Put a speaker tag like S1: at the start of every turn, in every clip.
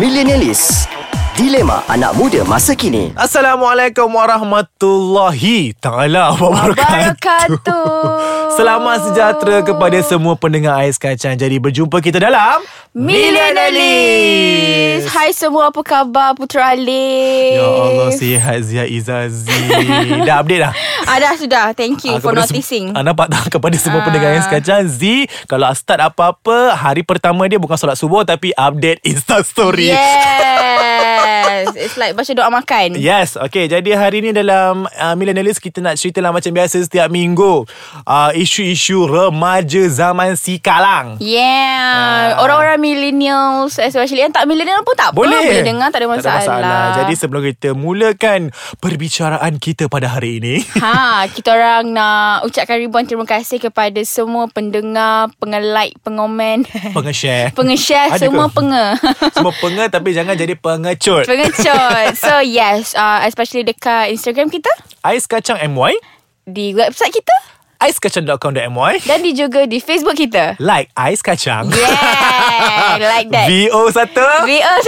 S1: Millenialis Dilema anak muda masa kini
S2: Assalamualaikum warahmatullahi taala wabarakatuh.
S3: Barakatuh.
S2: Selamat sejahtera kepada semua pendengar Ais Kacang. Jadi berjumpa kita dalam
S3: Millenialis. Hai semua, apa khabar Putra Alif?
S2: Ya Allah sihat Zia Izazi. dah update dah.
S3: Ah, dah, sudah. Thank
S2: Ah,
S3: you uh, for
S2: kepada sem-
S3: noticing.
S2: Ah, nampak tak kepada semua pendengar yang sekacang Z Kalau start apa-apa Hari pertama dia bukan solat subuh Tapi update Instastory
S3: Yes. It's like baca doa makan.
S2: Yes, okay. Jadi hari ni dalam uh, Millennialist kita nak cerita lah macam biasa setiap minggu. Uh, isu-isu remaja zaman si kalang.
S3: Yeah. Orang-orang millennials especially yang tak millennial pun tak
S2: Ah. Boleh.
S3: apa. Boleh dengar, tak ada masalah.
S2: Jadi sebelum kita mulakan perbicaraan kita pada hari ini.
S3: Ha, kita orang nak ucapkan ribuan terima kasih kepada semua pendengar, pengelike, pengomen,
S2: Pengeshare.
S3: pengeshare,
S2: Ada ke?
S3: semua penge.
S2: Semua penga tapi jangan jadi pengecut.
S3: Pengecut So yes uh, Especially dekat Instagram kita
S2: Ais Kacang MY.
S3: Di website kita
S2: Aiskacang.com.my
S3: Dan di juga di Facebook kita
S2: Like Ais Kacang.
S3: Yeah Like that
S2: VO1.
S3: VO satu Ya.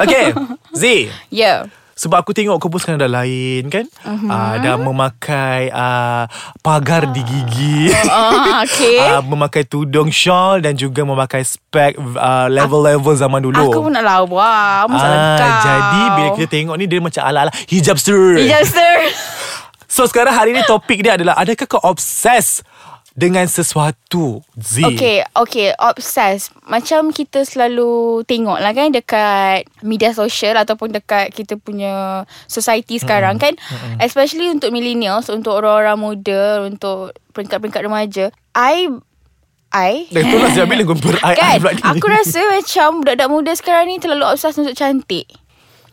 S2: Okay. Z.
S3: Yeah
S2: Sebab aku tengok kau pun sekarang dah lain kan
S3: Mhm.
S2: uh-huh. uh, Dah memakai uh, pagar di gigi
S3: uh, Okay
S2: uh, Memakai tudung shawl Dan juga memakai spek uh, level-level zaman dulu Ah,
S3: Aku pun nak lawa Masalah uh, kau
S2: Jadi bila kita tengok ni Dia macam ala-ala hijabster
S3: Hijabster
S2: So sekarang hari ni topik dia adalah Adakah kau obses dengan sesuatu Z
S3: Okay Okay Obsessed Macam kita selalu Tengok lah kan Dekat Media sosial Ataupun dekat Kita punya Society sekarang kan Especially untuk millennials Untuk orang-orang muda Untuk Peringkat-peringkat remaja I I
S2: Dan Eh, itulah siapa bila kau berai
S3: Kan Aku rasa macam Budak-budak muda sekarang ni Terlalu obses untuk cantik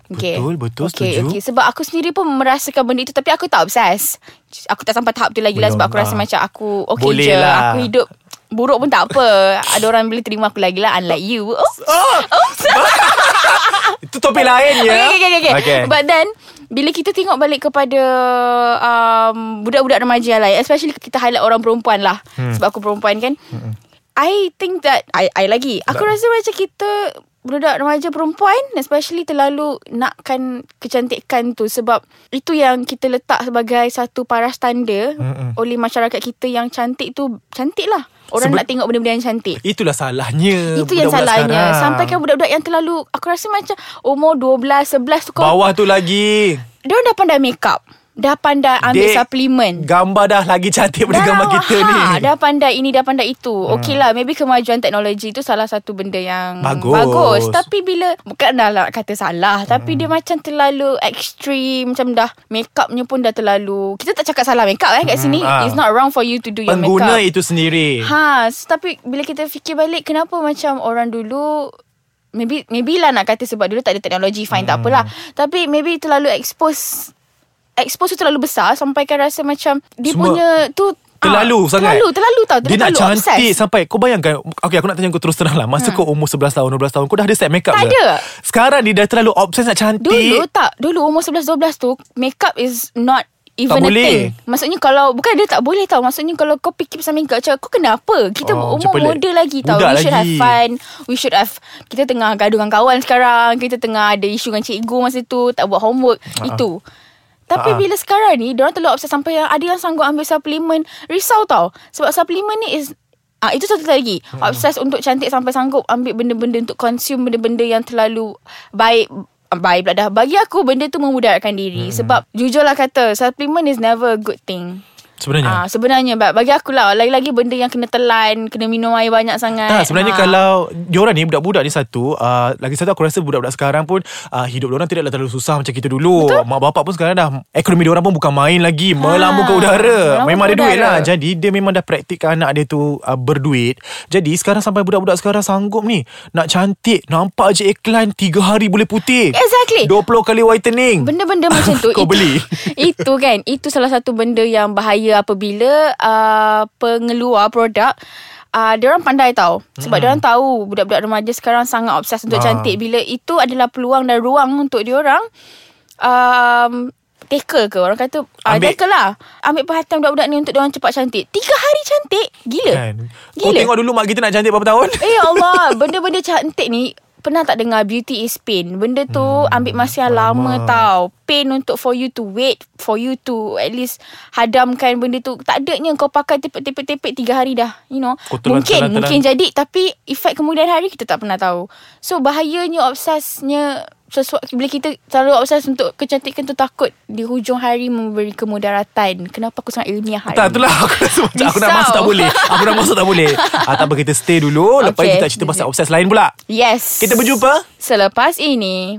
S3: Okay.
S2: Betul, betul,
S3: okay,
S2: setuju.
S3: okay. Sebab aku sendiri pun merasakan benda itu Tapi aku tak obses Aku tak sampai tahap tu lagi lah
S2: Belum,
S3: Sebab aku rasa
S2: ah.
S3: macam aku Okay
S2: Boleh
S3: je
S2: lah.
S3: Aku hidup buruk pun tak apa Ada orang boleh terima aku lagi lah Unlike you Oh,
S2: oh. Itu topik lain ya
S3: Okay, okay, okay, okay. okay. But then bila kita tengok balik kepada um, budak-budak remaja yang lain, especially kita highlight orang perempuan lah. Hmm. Sebab aku perempuan kan. Hmm. I think that I I lagi. Aku
S2: Lah.
S3: rasa macam kita budak remaja perempuan especially terlalu nakkan kecantikan tu sebab itu yang kita letak sebagai satu paras tanda Mm-mm. oleh masyarakat kita yang cantik tu cantik lah. Orang
S2: Sebe-
S3: Sebe- nak tengok benda-benda yang cantik.
S2: Itulah salahnya
S3: Itu yang
S2: budak-budak
S3: salahnya
S2: sekarang.
S3: Sampaikan budak-budak yang terlalu Aku rasa macam Umur 12, 11 tu kau
S2: Bawah tu lagi
S3: Dia dah pandai make up Dah pandai ambil
S2: Dek,
S3: suplemen
S2: Gambar dah lagi cantik Pada gambar kita
S3: ha,
S2: ni
S3: Dah pandai ini Dah pandai itu hmm. Okey lah Maybe kemajuan teknologi tu Salah satu benda yang
S2: Bagus.
S3: Bagus Tapi bila Bukan dah lah kata salah hmm. Tapi dia macam terlalu Ekstrim Macam dah Make upnya pun dah terlalu Kita tak cakap salah make up eh Kat sini
S2: ha.
S3: It's not wrong for you to do your make up
S2: Pengguna itu sendiri
S3: Ha, so, tapi bila kita fikir balik kenapa macam orang dulu maybe maybe lah nak kata sebab dulu tak ada teknologi fine hmm. tak apalah. Tapi maybe terlalu expose expose tu terlalu besar sampai kan rasa macam dia
S2: Semua
S3: punya tu
S2: Terlalu
S3: ah,
S2: sangat
S3: Terlalu, terlalu tau.
S2: Dia nak
S3: terlalu
S2: cantik
S3: obsessed.
S2: sampai Kau bayangkan Okay aku nak tanya kau terus terang lah Masa hmm. kau umur 11 tahun 12 tahun Kau dah ada set makeup
S3: Tak
S2: ke?
S3: ada.
S2: Sekarang dia dah terlalu obses nak cantik
S3: Dulu tak, dulu umur 11 12 tu makeup is not Even
S2: Tak
S3: a
S2: boleh.
S3: thing Maksudnya kalau Bukan dia tak boleh tau Maksudnya kalau kau fikir pasal makeup Macam kau kenapa Kita
S2: Oh,
S3: oh,
S2: macam
S3: umur
S2: pelik.
S3: muda lagi tau
S2: Budak
S3: We should
S2: lagi.
S3: have fun We should have Kita tengah gaduh dengan kawan sekarang Kita tengah ada isu dengan cikgu masa tu Tak buat homework uh-huh. Itu tapi
S2: Ha-ha.
S3: bila sekarang ni Diorang terlalu obses Sampai yang ada yang sanggup ambil suplemen Risau tau Sebab suplemen ni is Ah itu satu lagi Obses untuk cantik sampai sanggup Ambil benda-benda untuk consume Benda-benda yang terlalu Baik Ah, Baik pula dah Bagi aku benda tu
S2: Hmm.
S3: memudaratkan diri Sebab jujur lah kata Suplemen is never a good thing
S2: Sebenarnya
S3: Ah Sebenarnya ba- bagi aku lah Lagi-lagi benda yang kena telan Kena minum air banyak sangat
S2: Tak, sebenarnya
S3: Ah.
S2: kalau diorang ni budak-budak ni satu, uh, lagi satu aku rasa budak-budak sekarang pun uh, hidup diorang tidaklah terlalu susah macam kita dulu. Betul? Mak bapak pun sekarang dah ekonomi diorang pun bukan main lagi, ha, melampau ke udara.
S3: melampau
S2: Memang
S3: Ah, ke
S2: ada duit lah.
S3: udara.
S2: Jadi dia memang dah praktikkan anak dia tu uh, berduit. Jadi sekarang sampai budak-budak sekarang sanggup ni nak cantik, nampak je iklan 3 hari boleh putih.
S3: Exactly.
S2: 20 kali whitening.
S3: Benda-benda macam tu
S2: Kau
S3: itu-
S2: beli.
S3: Itu kan Itu salah satu benda yang bahaya Apabila uh, Pengeluar produk Uh, diorang pandai tau Sebab hmm. diorang tahu Budak-budak remaja sekarang Sangat obses untuk
S2: Ah.
S3: cantik Bila itu adalah peluang dan ruang Untuk diorang um, Tackle ke Orang kata uh,
S2: Ambil.
S3: Tackle lah Ambil perhatian budak-budak ni Untuk diorang cepat cantik Tiga hari cantik Gila
S2: Kan? Kau
S3: Gila
S2: tengok dulu mak kita nak cantik berapa tahun?
S3: Eh Allah ya Benda-benda cantik ni Pernah tak dengar Beauty is pain Benda tu hmm, Ambil masa yang lama, lama tau Pain untuk for you to wait For you to At least Hadamkan benda tu Tak adanya kau pakai Tepek-tepek-tepek Tiga hari dah You know
S2: Kau telan-
S3: Mungkin
S2: telan-
S3: Mungkin
S2: telan.
S3: jadi Tapi efek kemudian hari Kita tak pernah tahu So bahayanya Obsesnya sesuatu bila kita terlalu obses untuk kecantikan tu takut di hujung hari memberi kemudaratan. Kenapa aku sangat ilmiah hari
S2: Tak
S3: ni?
S2: itulah Aku rasa macam Aku nak
S3: Risau.
S2: masuk tak boleh Aku nak masuk tak boleh ah, Tak apa kita stay dulu Lepas okay.
S3: Okay.
S2: kita nak cerita pasal obses lain pula
S3: Yes.
S2: Kita berjumpa
S3: Selepas ini.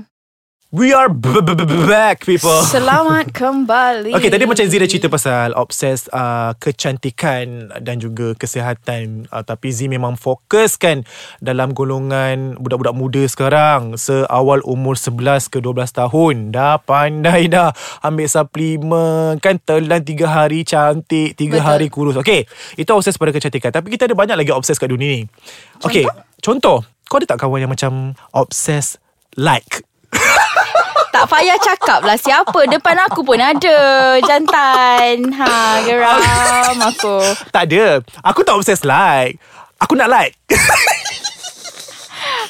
S2: We are b- b- b- back people
S3: Selamat kembali.
S2: Okay tadi macam Zee dah cerita pasal Obses uh, kecantikan Dan juga kesihatan uh, Tapi Zee memang fokuskan Dalam golongan Budak-budak muda sekarang Seawal umur 11 ke 12 tahun Dah pandai dah Ambil suplemen Kan telan 3 hari cantik 3 Betul.
S3: Betul.
S2: hari kurus Okay Itu obses pada kecantikan Tapi kita ada banyak lagi obses kat dunia ni Okay Contoh Kau ada tak kawan yang macam Obses like
S3: Tak payah cakap lah siapa Depan aku pun ada Jantan Ha geram aku
S2: Tak ada Aku tak obses like Aku nak like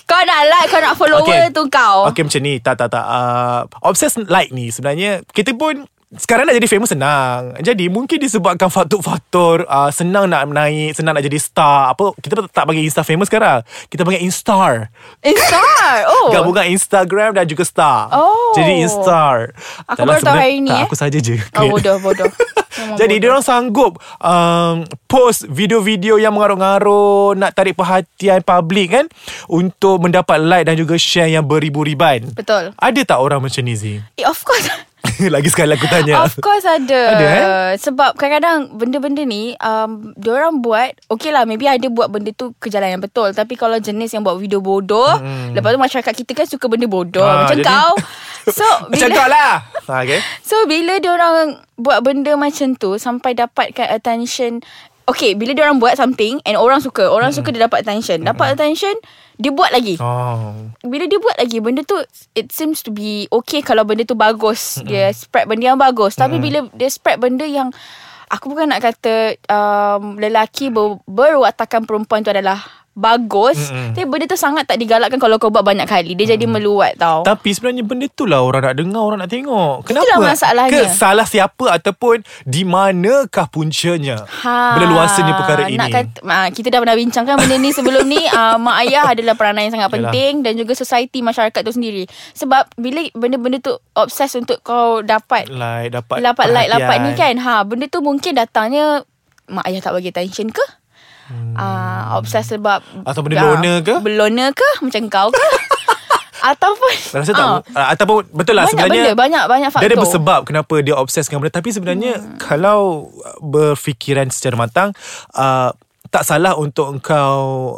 S3: Kau nak like Kau nak follower tu kau
S2: Okay macam ni Tak tak tak uh, Obsess like ni Sebenarnya Kita pun sekarang nak jadi famous senang Jadi mungkin disebabkan faktor-faktor uh, Senang nak naik Senang nak jadi star Apa Kita tak, tak panggil Insta famous sekarang Kita panggil Instar
S3: Instar
S2: oh.
S3: Oh
S2: Gabungan Instagram dan juga star
S3: Oh.
S2: Jadi Instar
S3: Aku baru tahu hari ni,
S2: tak,
S3: eh.
S2: Aku saja je
S3: Oh bodoh bodoh Memang
S2: Jadi dia
S3: bodoh.
S2: orang sanggup um, post video-video yang mengarut-ngarut nak tarik perhatian publik kan untuk mendapat like dan juga share yang beribu riban.
S3: Betul.
S2: Ada tak orang macam ni Zee?
S3: eh, Of course
S2: Lagi sekali aku tanya.
S3: Of course ada.
S2: Ya. Ada,
S3: eh? Sebab kadang-kadang benda-benda ni um, diorang buat okay lah maybe ada buat benda tu ke jalan yang betul tapi kalau jenis yang buat video bodoh hmm. lepas tu masyarakat kita kan suka benda bodoh
S2: Ah,
S3: ah, macam
S2: jadi-
S3: kau. So
S2: Macam kau lah. Ha, okay.
S3: So bila diorang buat benda macam tu sampai dapatkan attention Okay bila diorang buat something and orang suka orang suka dia dapat attention dapat attention dia buat lagi
S2: Oh.
S3: bila dia buat lagi benda tu it seems to be okay kalau benda tu bagus mm. dia spread benda yang bagus tapi bila dia spread benda yang aku bukan nak kata um, lelaki ber, berwatakan perempuan tu adalah bagus mm. tapi benda tu sangat tak digalakkan kalau kau buat banyak kali dia mm. jadi meluat tau
S2: Tapi sebenarnya benda tu lah orang nak dengar, orang nak tengok. Kenapa?
S3: masalahnya.
S2: Ke salah siapa ataupun di manakah puncanya?
S3: Ha,
S2: Bila luasanya perkara ini.
S3: nak Kata, ah, kita dah pernah bincangkan benda ni sebelum ni uh, mak ayah adalah peranan yang sangat
S2: Yalah.
S3: penting dan juga society masyarakat tu sendiri. Sebab bila benda-benda tu obses untuk kau dapat
S2: like dapat
S3: Dapat like dapat ni
S2: perhatian.
S3: kan ha benda tu mungkin datangnya mak ayah tak bagi attention ke hmm. uh, obses sebab
S2: Atau benda
S3: ah,
S2: loner ke?
S3: belona ke macam kau ke ataupun
S2: Rasa tak
S3: ah,
S2: uh, Ataupun Betul lah
S3: Banyak
S2: sebenarnya
S3: benda, banyak- banyak
S2: Dia ada
S3: faktor.
S2: bersebab Kenapa dia obses dengan benda Tapi sebenarnya hmm. Kalau Berfikiran secara matang uh, Tak salah untuk engkau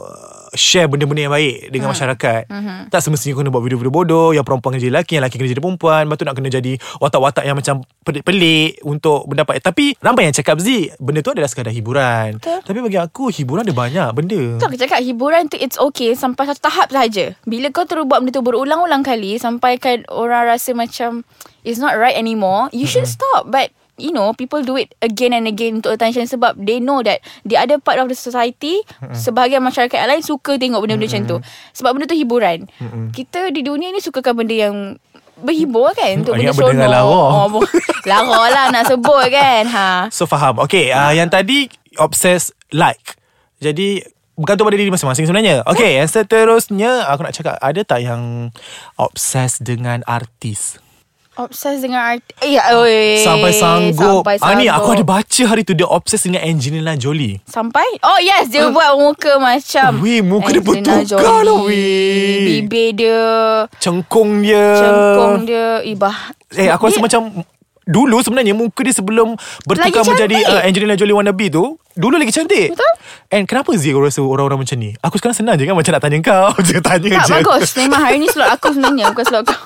S2: uh, Share benda-benda yang baik Dengan hmm. masyarakat hmm. Tak semestinya kena buat video-video bodoh Yang perempuan kena jadi lelaki Yang lelaki kena jadi perempuan Lepas tu nak kena jadi Watak-watak yang macam Pelik-pelik Untuk mendapat Tapi ramai yang cakap Z Benda tu adalah sekadar hiburan
S3: Betul.
S2: Tapi bagi aku Hiburan ada banyak benda
S3: Tu aku cakap hiburan tu it's okay sampai satu tahap saja. Bila kau terus buat benda tu berulang-ulang kali sampai kan orang rasa macam it's not right anymore, you should
S2: Mm-hmm.
S3: stop. But you know people do it again and again untuk attention sebab they know that the other part of the society sebahagian masyarakat yang lain suka tengok benda-benda macam tu. Sebab benda tu hiburan. Kita di dunia ni sukakan benda yang berhibur kan untuk
S2: Banyak
S3: benda
S2: benda
S3: seronok.
S2: dengan lawa.
S3: Oh, bu- lawa lah nak sebut kan. Ha.
S2: So faham Okay uh, Yang tadi Obsess like Jadi Bergantung pada diri masing-masing sebenarnya Okay Yang seterusnya Aku nak cakap Ada tak yang Obsess dengan artis
S3: Obses dengan arti eh,
S2: Ah,
S3: oi,
S2: Sampai sanggup
S3: Sampai
S2: Ah,
S3: sanggup
S2: Ni aku ada baca hari tu Dia obsess dengan Angelina Jolie
S3: Sampai Oh yes Dia buat muka macam
S2: Ah. Weh, muka dia
S3: Angelina
S2: bertukar lah,
S3: Jolie.
S2: weh.
S3: Bibir dia
S2: Cengkung dia
S3: Cengkung dia Ibah
S2: Eh aku rasa macam Dulu sebenarnya muka dia sebelum bertukar
S3: Lagi
S2: menjadi
S3: cantik.
S2: uh, Angelina Jolie wannabe tu Dulu lagi cantik
S3: Betul.
S2: And kenapa Zee kau rasa orang-orang macam ni Aku sekarang senang je kan macam nak tanya kau je Tanya je
S3: Tak bagus Memang hari ni slot aku sebenarnya Bukan slot kau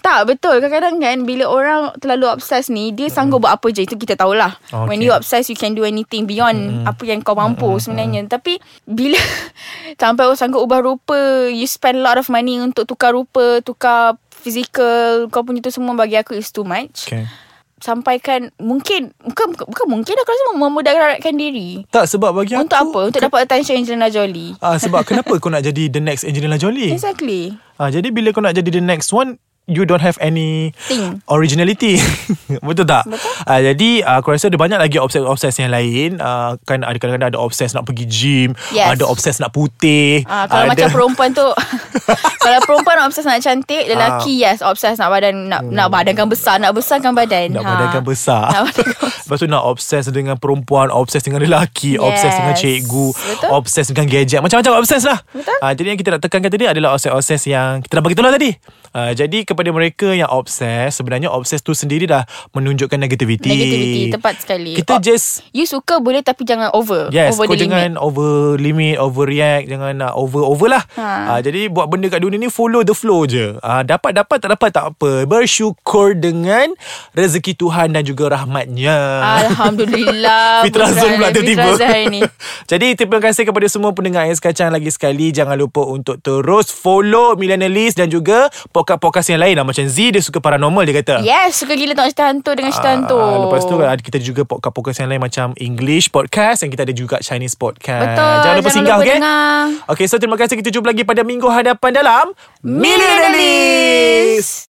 S3: tak betul Kadang-kadang kan Bila orang terlalu obses ni Dia sanggup buat apa je Itu kita
S2: Mm.
S3: tahulah
S2: Okay. Mm.
S3: okay. When you obsess You can do anything Beyond apa yang kau mampu sebenarnya Tapi Bila Sampai orang sanggup ubah rupa You spend a lot of money Untuk tukar rupa Tukar physical Kau punya tu semua Bagi aku is too much
S2: okay.
S3: sampaikan mungkin bukan bukan, bukan mungkin aku rasa memudaratkan diri.
S2: Tak sebab bagi
S3: Untuk
S2: aku
S3: apa? Untuk dapat attention Angelina Jolie.
S2: Ah, sebab kenapa kau nak jadi the next Angelina Jolie?
S3: Exactly.
S2: Ah, jadi bila kau nak jadi the next one You don't have any
S3: Thing.
S2: Originality Betul tak? Betul uh, Jadi uh, aku rasa ada banyak lagi Obses-obses yang lain uh, Kan ada kadang-kadang Ada obses nak pergi gym
S3: Yes.
S2: Ada obses nak putih
S3: Ah, kalau
S2: ada,
S3: macam perempuan tu Kalau perempuan obses nak cantik Lelaki
S2: Ah.
S3: yes Obses nak badan Nak, nak badankan besar Nak besarkan badan
S2: Hmm. Nak
S3: Ha.
S2: badankan besar
S3: Nak badankan
S2: Lepas tu nak obses dengan perempuan Obses dengan lelaki Obses
S3: Yes.
S2: dengan cikgu
S3: Betul.
S2: Obses dengan gadget Macam-macam obses lah
S3: Betul.
S2: Ah, Jadi yang kita nak tekankan tadi Adalah obses-obses yang Kita dah beritahu lah tadi Ah, Jadi kepada mereka yang obses Sebenarnya obses tu sendiri dah Menunjukkan negativity
S3: Negativity Tepat sekali Oh.
S2: Kita
S3: Ob-
S2: just
S3: You suka boleh Tapi jangan over
S2: Yes
S3: Over
S2: Kau
S3: the limit
S2: jangan over limit Overreact Jangan nak over-over lah
S3: Ha.
S2: ha. Jadi buat benda kat dunia ni Follow the flow je ha, Dapat-dapat tak dapat tak apa Bersyukur dengan Rezeki Tuhan dan juga rahmatnya
S3: Alhamdulillah
S2: Fitrah Zul pula
S3: Fitrah
S2: tiba-tiba
S3: Zul hari ni
S2: Jadi terima kasih kepada semua pendengar Ais Kacang lagi sekali Jangan lupa untuk terus follow Millennialist Dan juga podcast-podcast yang lain lah Macam Z dia suka paranormal dia kata
S3: Yes Suka gila tengok cerita hantu Dengan cerita hantu
S2: Ah, Lepas tu ada kita juga podcast-podcast yang lain macam English podcast dan kita ada juga Chinese podcast.
S3: Betul
S2: Jangan lupa singgah okey.
S3: dengar.
S2: Okey, so terima kasih kita jumpa lagi pada minggu hadapan dalam
S3: Millennialist.